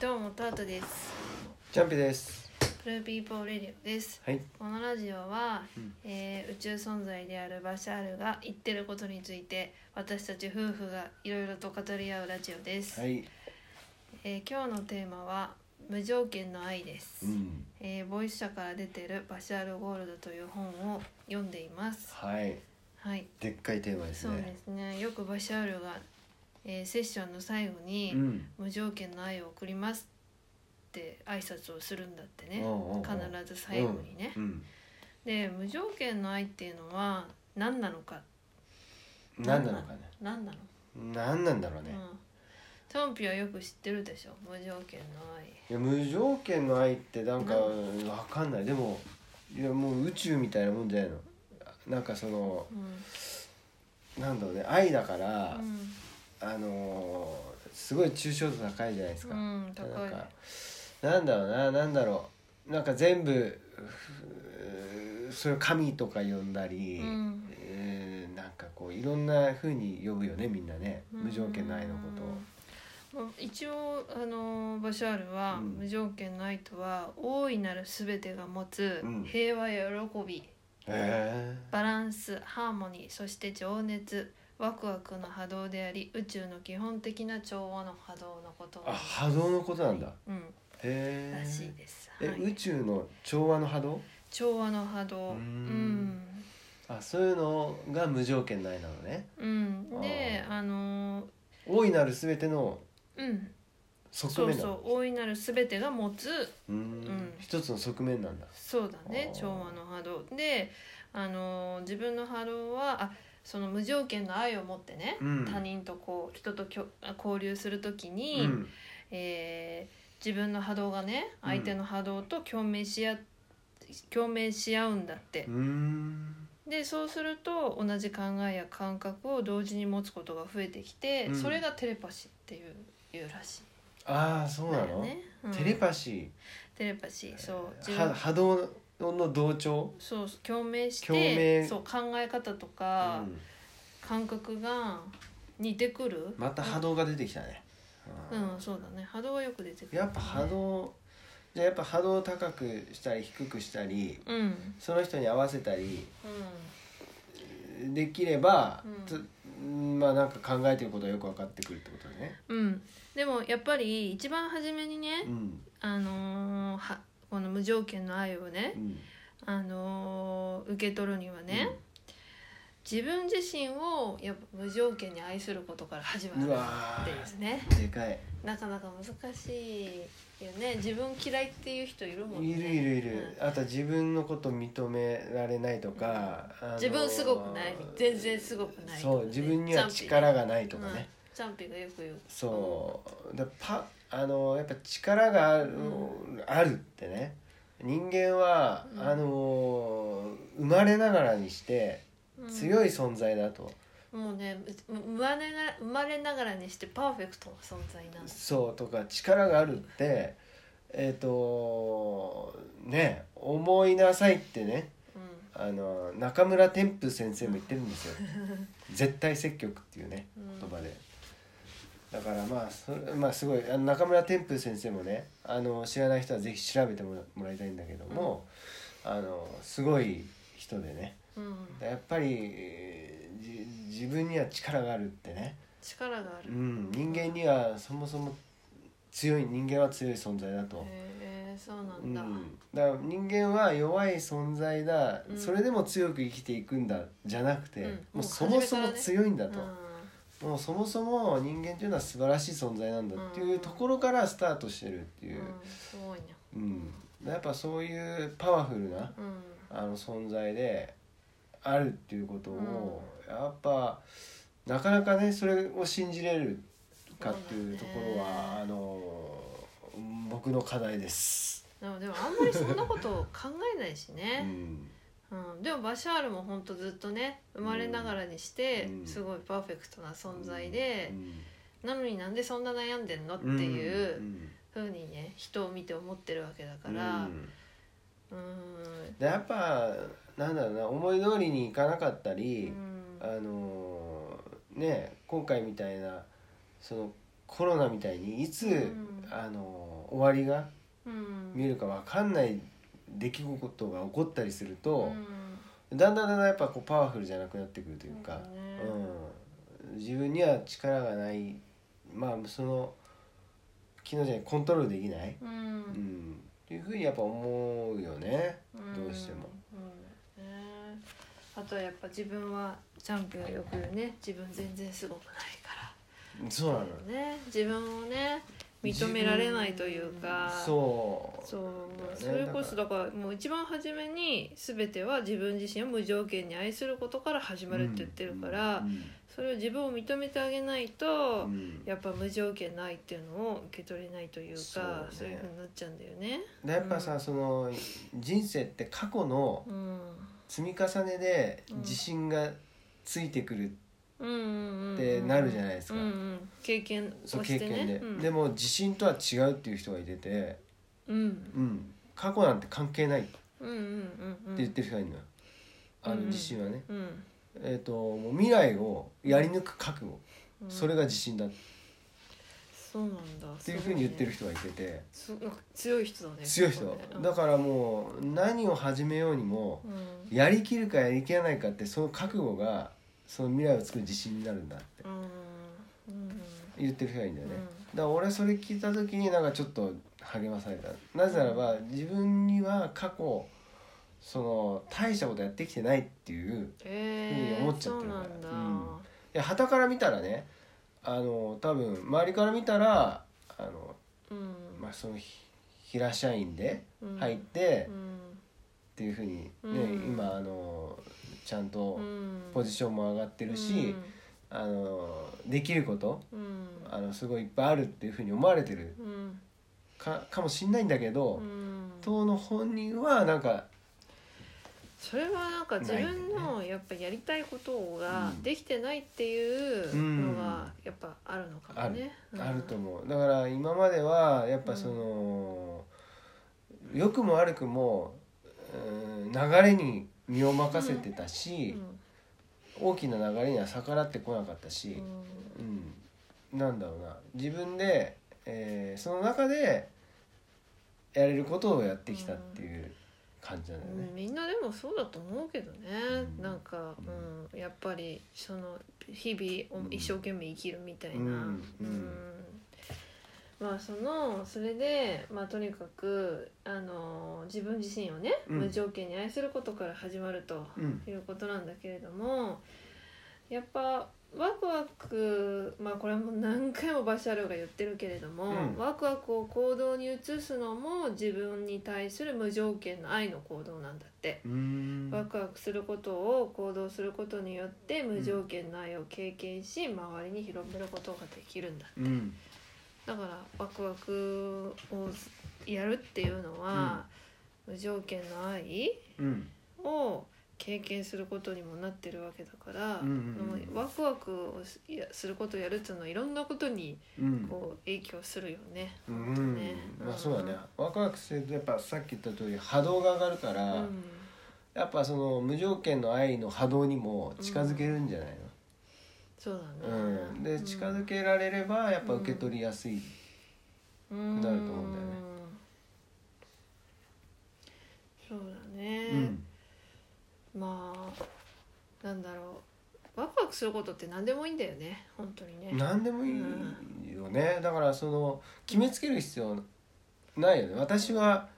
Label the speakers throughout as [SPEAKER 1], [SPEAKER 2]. [SPEAKER 1] どうもタートです
[SPEAKER 2] ジャンピです。
[SPEAKER 1] プルピーポーレディオです
[SPEAKER 2] はい。
[SPEAKER 1] このラジオは、
[SPEAKER 2] うん
[SPEAKER 1] えー宇宙存在であるバシャールが言ってることについて私たち夫婦がいろいろと語り合うラジオです、
[SPEAKER 2] はい。
[SPEAKER 1] えー今日のテーマは無条件の愛です、
[SPEAKER 2] うん。
[SPEAKER 1] えーボイス社から出てるバシャールゴールドという本を読んでいます
[SPEAKER 2] はい。
[SPEAKER 1] はい
[SPEAKER 2] でっかいテーマです
[SPEAKER 1] そうで
[SPEAKER 2] ね。
[SPEAKER 1] すねよくバシャールが、えーセッションの最後に、
[SPEAKER 2] ん。
[SPEAKER 1] 無条件の愛を送りますって挨拶をするんだってね
[SPEAKER 2] うんうんうん
[SPEAKER 1] 必ず最後にね、
[SPEAKER 2] うん。
[SPEAKER 1] で無条件の愛っていうのは何なのか
[SPEAKER 2] 何なのかね。
[SPEAKER 1] 何なの、
[SPEAKER 2] 何なんだろうね
[SPEAKER 1] うん。、トンピはよく知ってるでしょ無条件の愛
[SPEAKER 2] いや無条件の愛ってなんか
[SPEAKER 1] う
[SPEAKER 2] わかんない。でもいやもう宇宙みたいなもんじゃないの。なんかその
[SPEAKER 1] う
[SPEAKER 2] なんだろうね愛だから
[SPEAKER 1] ん、
[SPEAKER 2] あのーすごい抽象度高いじゃないですか。
[SPEAKER 1] うんうん、高
[SPEAKER 2] ないんかなんだろうななんだろうなんか全部うーそれを神とか呼んだり、
[SPEAKER 1] うん
[SPEAKER 2] えーなんかこういろんなふうに呼ぶよねみんなね無条件の愛のこと
[SPEAKER 1] うん
[SPEAKER 2] を。
[SPEAKER 1] まあ一応あのバシャールは、
[SPEAKER 2] うん
[SPEAKER 1] 無条件の愛とは大いなる全てが持つ
[SPEAKER 2] うん
[SPEAKER 1] 平和や喜び、
[SPEAKER 2] え
[SPEAKER 1] バランスハーモニーそして情熱ワクワクの波動であり宇宙の基本的な調和の波動のことを
[SPEAKER 2] ー、あ波動のことなんだ。
[SPEAKER 1] うん、
[SPEAKER 2] へ
[SPEAKER 1] らしい
[SPEAKER 2] ー
[SPEAKER 1] です、
[SPEAKER 2] え、
[SPEAKER 1] はい
[SPEAKER 2] 宇宙の調和の波動
[SPEAKER 1] 調和の波動
[SPEAKER 2] う
[SPEAKER 1] う
[SPEAKER 2] ー
[SPEAKER 1] ん
[SPEAKER 2] ん、あそういうのが無条件の愛なのね。
[SPEAKER 1] うん、で
[SPEAKER 2] あ
[SPEAKER 1] あのー
[SPEAKER 2] 大いなる全ての
[SPEAKER 1] うん
[SPEAKER 2] 側
[SPEAKER 1] そう
[SPEAKER 2] 面な
[SPEAKER 1] そ
[SPEAKER 2] の
[SPEAKER 1] う大いなる全てが持つ
[SPEAKER 2] う
[SPEAKER 1] う
[SPEAKER 2] ー
[SPEAKER 1] ん
[SPEAKER 2] ん一つの側面なんだ。
[SPEAKER 1] そうだね
[SPEAKER 2] あー
[SPEAKER 1] 調和の波動であのー自分の波動はあその無条件の愛を持ってね、
[SPEAKER 2] うん
[SPEAKER 1] 他人とこう人ときょ交流するとき
[SPEAKER 2] う
[SPEAKER 1] に、
[SPEAKER 2] ん
[SPEAKER 1] えー自分の波動がね
[SPEAKER 2] うん
[SPEAKER 1] 相手の波動と共鳴し合共鳴し合うんだって
[SPEAKER 2] うーん
[SPEAKER 1] でそうすると同じ考えや感覚を同時に持つことが増えてきて、
[SPEAKER 2] うん
[SPEAKER 1] それがテレパシーっていういうらし
[SPEAKER 2] ああそ
[SPEAKER 1] いう
[SPEAKER 2] な
[SPEAKER 1] だよ
[SPEAKER 2] の、
[SPEAKER 1] ねうん
[SPEAKER 2] テレパシ
[SPEAKER 1] テレパシーそう自
[SPEAKER 2] ーは
[SPEAKER 1] 分
[SPEAKER 2] 波動の同調、
[SPEAKER 1] そう共鳴して
[SPEAKER 2] 共鳴
[SPEAKER 1] そう考え方と
[SPEAKER 2] う
[SPEAKER 1] か、
[SPEAKER 2] ん、
[SPEAKER 1] 感覚が似てくる
[SPEAKER 2] また波動が出てきたね、
[SPEAKER 1] うん、そうだね波動はよく出てくる、
[SPEAKER 2] やっぱ波動じゃあやっぱ波動を高くしたり低くしたり
[SPEAKER 1] うんうん
[SPEAKER 2] その人に合わせたりできれば、
[SPEAKER 1] うん
[SPEAKER 2] つまあなんか考えてることがよく分かってくるってことだね。
[SPEAKER 1] うん、でもやっぱり一番初めにね、
[SPEAKER 2] うん
[SPEAKER 1] あのーはこの無条件の愛をね
[SPEAKER 2] う、ん
[SPEAKER 1] あのー受け取るにはね、自分自身をやっぱ無条件に愛することから始ま
[SPEAKER 2] う
[SPEAKER 1] る
[SPEAKER 2] わ
[SPEAKER 1] って
[SPEAKER 2] ー
[SPEAKER 1] ですね
[SPEAKER 2] でかい
[SPEAKER 1] なかなか難しいよね自分嫌いっていう人いるもんね
[SPEAKER 2] いるいるいる、あとは自分のこと認められないとか、あ
[SPEAKER 1] うん
[SPEAKER 2] の
[SPEAKER 1] 自分すごくない全然すごくないとかね、
[SPEAKER 2] そう自分には力がないとかね、
[SPEAKER 1] チャンピがよく言う
[SPEAKER 2] そうだパあのやっぱ力がある,、あるってね人間は、
[SPEAKER 1] うん
[SPEAKER 2] あの生まれながらにして
[SPEAKER 1] うん
[SPEAKER 2] 強い存在だと、
[SPEAKER 1] もうねう生まれながら生まれながらにしてパーフェクトな存在なんです
[SPEAKER 2] そうとか力があるってえっ、とね思いなさいってね
[SPEAKER 1] う
[SPEAKER 2] あの中村天風先生も言ってる んですよ絶対積極っていうね
[SPEAKER 1] うん
[SPEAKER 2] 言葉で、だからまあそれまあすごいあの中村天風先生もねあの知らない人はぜひ調べてもらもらいたいんだけども、あのすごい人でね
[SPEAKER 1] ん、うん、
[SPEAKER 2] やっぱりえーじ自分には力があるってね、
[SPEAKER 1] 力がある
[SPEAKER 2] うん、人間にはそもそも強い人間は強い存在だと。
[SPEAKER 1] へえそうな
[SPEAKER 2] うんん、
[SPEAKER 1] だ、
[SPEAKER 2] だから人間は弱い存在だ、
[SPEAKER 1] うん
[SPEAKER 2] それでも強く生きていくんだじゃなくて、
[SPEAKER 1] うん
[SPEAKER 2] も
[SPEAKER 1] もう
[SPEAKER 2] うそもそも
[SPEAKER 1] 初
[SPEAKER 2] 強いんだ
[SPEAKER 1] うん
[SPEAKER 2] と、もうそもそも人間というのは素晴らしい存在なんだっていうところからスタートしてるって
[SPEAKER 1] う
[SPEAKER 2] い
[SPEAKER 1] ん
[SPEAKER 2] う、
[SPEAKER 1] すごいね
[SPEAKER 2] うんやっぱそういうパワフルな
[SPEAKER 1] うん
[SPEAKER 2] あの存在であるっていうことを、やっぱなかなかねそれを信じれるかっていうところは、あの僕の課題です。
[SPEAKER 1] でもでもあんまりそんなことを考えないし
[SPEAKER 2] う
[SPEAKER 1] ね、
[SPEAKER 2] ん
[SPEAKER 1] うんでもバシャールも本当ずっとね生まれながらにして
[SPEAKER 2] うん
[SPEAKER 1] すごいパーフェクトな存在で
[SPEAKER 2] う、ん
[SPEAKER 1] なのになんでそんな悩んでんのっていうんふうにね人を見て思ってるわけだか
[SPEAKER 2] う
[SPEAKER 1] ら
[SPEAKER 2] ん
[SPEAKER 1] うん
[SPEAKER 2] でやっぱなんだろうな思い通りにいかなかった
[SPEAKER 1] う
[SPEAKER 2] り、
[SPEAKER 1] ん
[SPEAKER 2] あのーね今回みたいなそのコロナみたいにいつ、
[SPEAKER 1] うん
[SPEAKER 2] あの終わりが
[SPEAKER 1] うん
[SPEAKER 2] 見えるかわかんない出来事が起こったりすると
[SPEAKER 1] う、
[SPEAKER 2] だんだんだんだんやっぱこうパワフルじゃなくなってくるという
[SPEAKER 1] そう
[SPEAKER 2] か
[SPEAKER 1] だね、
[SPEAKER 2] うん、自分には力がないまあその昨日じゃないコントロールできない、
[SPEAKER 1] んう
[SPEAKER 2] うん
[SPEAKER 1] ん
[SPEAKER 2] っていうふうにやっぱ思うよね。
[SPEAKER 1] ん
[SPEAKER 2] どうしても
[SPEAKER 1] うんねあとはやっぱ自分はチャンピオンよく言うね自分全然すごくないから
[SPEAKER 2] そうなの
[SPEAKER 1] ね自分をね認められないというか
[SPEAKER 2] そう
[SPEAKER 1] そう
[SPEAKER 2] だよね
[SPEAKER 1] それこそだからもう一番初めに全ては自分自身を無条件に愛することから始まるって言ってるから、
[SPEAKER 2] うん
[SPEAKER 1] それを自分を認めてあげないうと、
[SPEAKER 2] ん
[SPEAKER 1] やっぱ無条件の愛っていうのを受け取れないというか
[SPEAKER 2] そ
[SPEAKER 1] そうう,、
[SPEAKER 2] ね
[SPEAKER 1] いうふうになっちゃうんだよね。
[SPEAKER 2] でやっぱさ、その人生って過去の
[SPEAKER 1] うん、
[SPEAKER 2] 積み重ねで
[SPEAKER 1] うん
[SPEAKER 2] 自信がついてくる、
[SPEAKER 1] うんうんうん
[SPEAKER 2] ってなるじゃないですか
[SPEAKER 1] うんうん、経験を
[SPEAKER 2] そう
[SPEAKER 1] し
[SPEAKER 2] 経
[SPEAKER 1] て
[SPEAKER 2] 験で、
[SPEAKER 1] ね。うん
[SPEAKER 2] でも自信とは違うっていう人がいてて、
[SPEAKER 1] うん
[SPEAKER 2] うん、過去なんて関係ないって
[SPEAKER 1] うんうんうんうん
[SPEAKER 2] 言ってる人がいるのよ、あ
[SPEAKER 1] うん
[SPEAKER 2] の自信はね、
[SPEAKER 1] うん
[SPEAKER 2] えっ、ともう未来をやり抜く覚悟、
[SPEAKER 1] うん
[SPEAKER 2] それが自信だっ
[SPEAKER 1] そうなんだって
[SPEAKER 2] いうふうに言ってる人がいてて、
[SPEAKER 1] そうだね、そ強い人だね
[SPEAKER 2] 強い人、
[SPEAKER 1] そうねうん
[SPEAKER 2] だからもう何を始めようにも
[SPEAKER 1] うん
[SPEAKER 2] やりきるかやりきらないかってその覚悟がその未来を作る自信になるんだって
[SPEAKER 1] うんうん
[SPEAKER 2] 言ってる人がいいんだよね、
[SPEAKER 1] うん
[SPEAKER 2] だから俺それ聞いた時になんかちょっと励まされたなぜならば自分には過去その大したことやってきてないっていう
[SPEAKER 1] えー、
[SPEAKER 2] 思っちゃってるから
[SPEAKER 1] そうなんだ、
[SPEAKER 2] うんいや旗から見たらねあの多分周りから見たらあの、
[SPEAKER 1] うん
[SPEAKER 2] まあ、そのひ平社員で
[SPEAKER 1] うん
[SPEAKER 2] 入って
[SPEAKER 1] う
[SPEAKER 2] っ
[SPEAKER 1] ん
[SPEAKER 2] ていうふうに、ね
[SPEAKER 1] うん
[SPEAKER 2] 今あのちゃんと
[SPEAKER 1] うん
[SPEAKER 2] ポジションも上がってるし、あのできること
[SPEAKER 1] うんうん
[SPEAKER 2] あのすごいいっぱいあるっていうふうに思われてる
[SPEAKER 1] うん
[SPEAKER 2] かかもしんないんだけど、
[SPEAKER 1] うん
[SPEAKER 2] 当の本人はなんか
[SPEAKER 1] それはなんか自分のやっぱやりたいことが
[SPEAKER 2] うん
[SPEAKER 1] できてないっていうのがやっぱあるのかもね。うん
[SPEAKER 2] あると思う、だから今まではやっぱその、良くも悪くもうーん流れに身を任せてたし、大きな流れには逆らってこなかった
[SPEAKER 1] うん
[SPEAKER 2] し、うんなんだろうな自分で、えーその中でやれることをやってきたっていう感じなんだよ
[SPEAKER 1] う
[SPEAKER 2] ね。
[SPEAKER 1] んみんなでもそうだと思うけどね、
[SPEAKER 2] うん
[SPEAKER 1] なんか、うん、やっぱりその日々を
[SPEAKER 2] うん
[SPEAKER 1] 一生懸命生きるみたいな、
[SPEAKER 2] うんうん
[SPEAKER 1] まあそのそれで、まあ、とにかくあの自分自身をね、
[SPEAKER 2] うん
[SPEAKER 1] 無条件に愛することから始まると
[SPEAKER 2] うん
[SPEAKER 1] いうことなんだけれどもやっぱワクワクまあこれはもう何回もバシャルが言ってるけれども、
[SPEAKER 2] うん
[SPEAKER 1] ワクワクを行動に移すのも自分に対する無条件の愛の行動なんだって。
[SPEAKER 2] うーん
[SPEAKER 1] ワクワクすることを行動することによって無条件の愛を経験し周りに広めることができるんだ
[SPEAKER 2] うん
[SPEAKER 1] だからワクワクをやるっていうのは、無条件の愛
[SPEAKER 2] うん
[SPEAKER 1] を経験することにもなってるわけだから、
[SPEAKER 2] うんうんうん
[SPEAKER 1] ワクワクをすやすることをやるっていうのはいろんなことに
[SPEAKER 2] うん
[SPEAKER 1] こう影響するよね。
[SPEAKER 2] う
[SPEAKER 1] 本当
[SPEAKER 2] ん
[SPEAKER 1] ね
[SPEAKER 2] まあそうだね、ワクワクするとやっぱさっき言った通り波動が上がるか
[SPEAKER 1] う
[SPEAKER 2] ら、
[SPEAKER 1] ん、
[SPEAKER 2] やっぱその無条件の愛の波動にも近づけるんじゃない
[SPEAKER 1] そうだ
[SPEAKER 2] の、
[SPEAKER 1] ね
[SPEAKER 2] う。んで近づけられればやっぱ受け取りやすい、
[SPEAKER 1] く
[SPEAKER 2] なると思うんだよね。
[SPEAKER 1] そうだね
[SPEAKER 2] う、ん
[SPEAKER 1] まあなんだろうワクワクすることって何でもいいんだよね本当にね。
[SPEAKER 2] 何でもいいよねだからその決めつける必要ないよね私は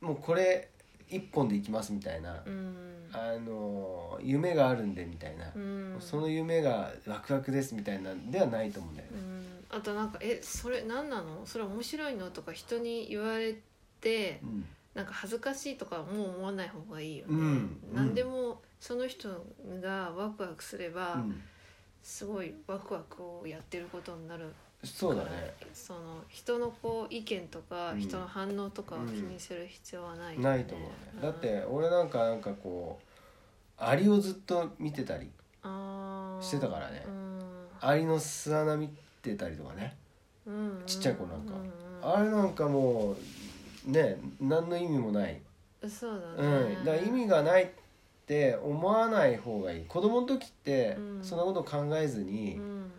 [SPEAKER 2] もうこれ一本でいきますみたいな、
[SPEAKER 1] うん
[SPEAKER 2] あの夢があるんでみたいな、
[SPEAKER 1] うん
[SPEAKER 2] その夢がワクワクですみたいなんではないと思うんだよね
[SPEAKER 1] うんあとなんか「えそれ何なのそれ面白いの?」とか人に言われて
[SPEAKER 2] うん
[SPEAKER 1] なんか恥ずかしいとかもう思わない方がいいよね。
[SPEAKER 2] うん
[SPEAKER 1] 何でもその人がワクワクすれば、
[SPEAKER 2] うん
[SPEAKER 1] すごいワクワクをやってることになる
[SPEAKER 2] そうだね
[SPEAKER 1] その人のこう意見とか、
[SPEAKER 2] うん
[SPEAKER 1] 人の反応とかを気にする必要はない、
[SPEAKER 2] ないと思うねだって俺なんかなんかこうアリをずっと見てたりしてたからねアリの巣穴見てたりとかねちっちゃい子なんかあれなんかもうね何の意味もない、
[SPEAKER 1] れそうだ
[SPEAKER 2] う
[SPEAKER 1] ね、
[SPEAKER 2] ん、だから意味がないって思わない方がいい子供の時って
[SPEAKER 1] うん
[SPEAKER 2] そんなこと考えずに、
[SPEAKER 1] うん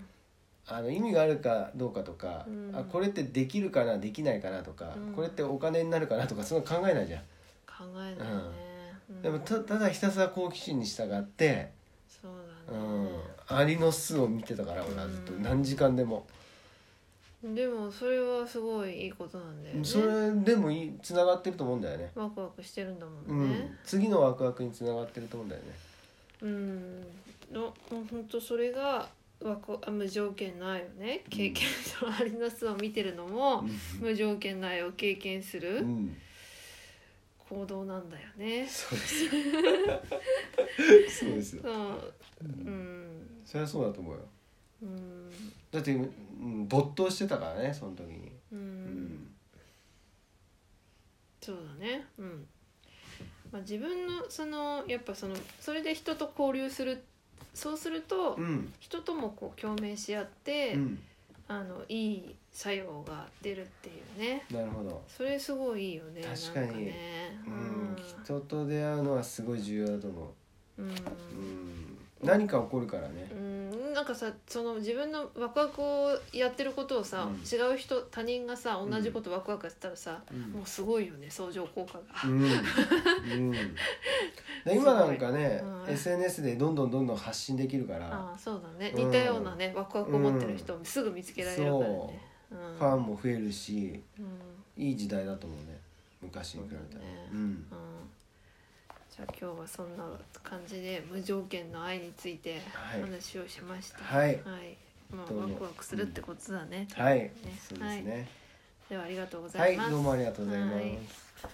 [SPEAKER 2] あの意味があるかどうかとか、
[SPEAKER 1] うん
[SPEAKER 2] あこれってできるかなできないかなとか、
[SPEAKER 1] うん
[SPEAKER 2] これってお金になるかなとかそんな考えないじゃん、
[SPEAKER 1] 考えないね、うん
[SPEAKER 2] でもたただひたすら好奇心に従って、
[SPEAKER 1] そう
[SPEAKER 2] う
[SPEAKER 1] だね、
[SPEAKER 2] ん、アリの巣を見てたから俺はずっと
[SPEAKER 1] うん
[SPEAKER 2] 何時間でも、
[SPEAKER 1] でもそれはすごいいいことなんだよね
[SPEAKER 2] それでもつながってると思うんだよね、
[SPEAKER 1] ワクワクしてるんだも
[SPEAKER 2] うんん
[SPEAKER 1] ね、
[SPEAKER 2] 次のワクワクにつながってると思うんだよね
[SPEAKER 1] うんのもうほんとそれがワクあ無条件の愛をね経験とアリの巣を見てるのも、無条件の愛を経験す
[SPEAKER 2] う
[SPEAKER 1] る
[SPEAKER 2] ん
[SPEAKER 1] 行動なんだよね、
[SPEAKER 2] そうです よそうですよ
[SPEAKER 1] そううん
[SPEAKER 2] そりゃそうだと思うよ
[SPEAKER 1] うん
[SPEAKER 2] だって、うん、没頭してたからねその時に、
[SPEAKER 1] うん、
[SPEAKER 2] うん
[SPEAKER 1] そうだねうん、まあ、自分のそのやっぱそのそれで人と交流するそうすると、
[SPEAKER 2] うん
[SPEAKER 1] 人ともこう共鳴し合って、
[SPEAKER 2] うん、
[SPEAKER 1] あのいい作用が出るっていうね
[SPEAKER 2] なるほど、
[SPEAKER 1] それすごいいいよね
[SPEAKER 2] 確かに
[SPEAKER 1] なんね
[SPEAKER 2] う
[SPEAKER 1] うんん、
[SPEAKER 2] 人と出会うのはすごい重要だと思
[SPEAKER 1] うん
[SPEAKER 2] う、うん、何か起こるからね
[SPEAKER 1] うんなんかさその自分のワクワクをやってることをさ、
[SPEAKER 2] うん
[SPEAKER 1] 違う人他人がさ同じことワクワクやってたらさ、
[SPEAKER 2] うん
[SPEAKER 1] もうすごいよね相乗効果が。
[SPEAKER 2] うん、 うん、で今なんかね
[SPEAKER 1] すごい、うん
[SPEAKER 2] SNS でどんどんどんどん発信できるから
[SPEAKER 1] ああそうだね
[SPEAKER 2] うん
[SPEAKER 1] 似たようなね、ワクワクを持ってる人をすぐ見つけられるからね。うん
[SPEAKER 2] ファンも増えるし
[SPEAKER 1] うん
[SPEAKER 2] いい時代だと思うね昔に比べたら
[SPEAKER 1] そうだね
[SPEAKER 2] うん
[SPEAKER 1] うんじゃあ今日はそんな感じで無条件の愛について
[SPEAKER 2] はい
[SPEAKER 1] 話をしました。
[SPEAKER 2] はい
[SPEAKER 1] まあ
[SPEAKER 2] どう
[SPEAKER 1] ワ
[SPEAKER 2] も
[SPEAKER 1] クワクするってことだね。
[SPEAKER 2] はいそうですね
[SPEAKER 1] ではありがとうござ
[SPEAKER 2] はいい
[SPEAKER 1] ます。
[SPEAKER 2] どうもありがとうござい
[SPEAKER 1] は
[SPEAKER 2] ま
[SPEAKER 1] い
[SPEAKER 2] す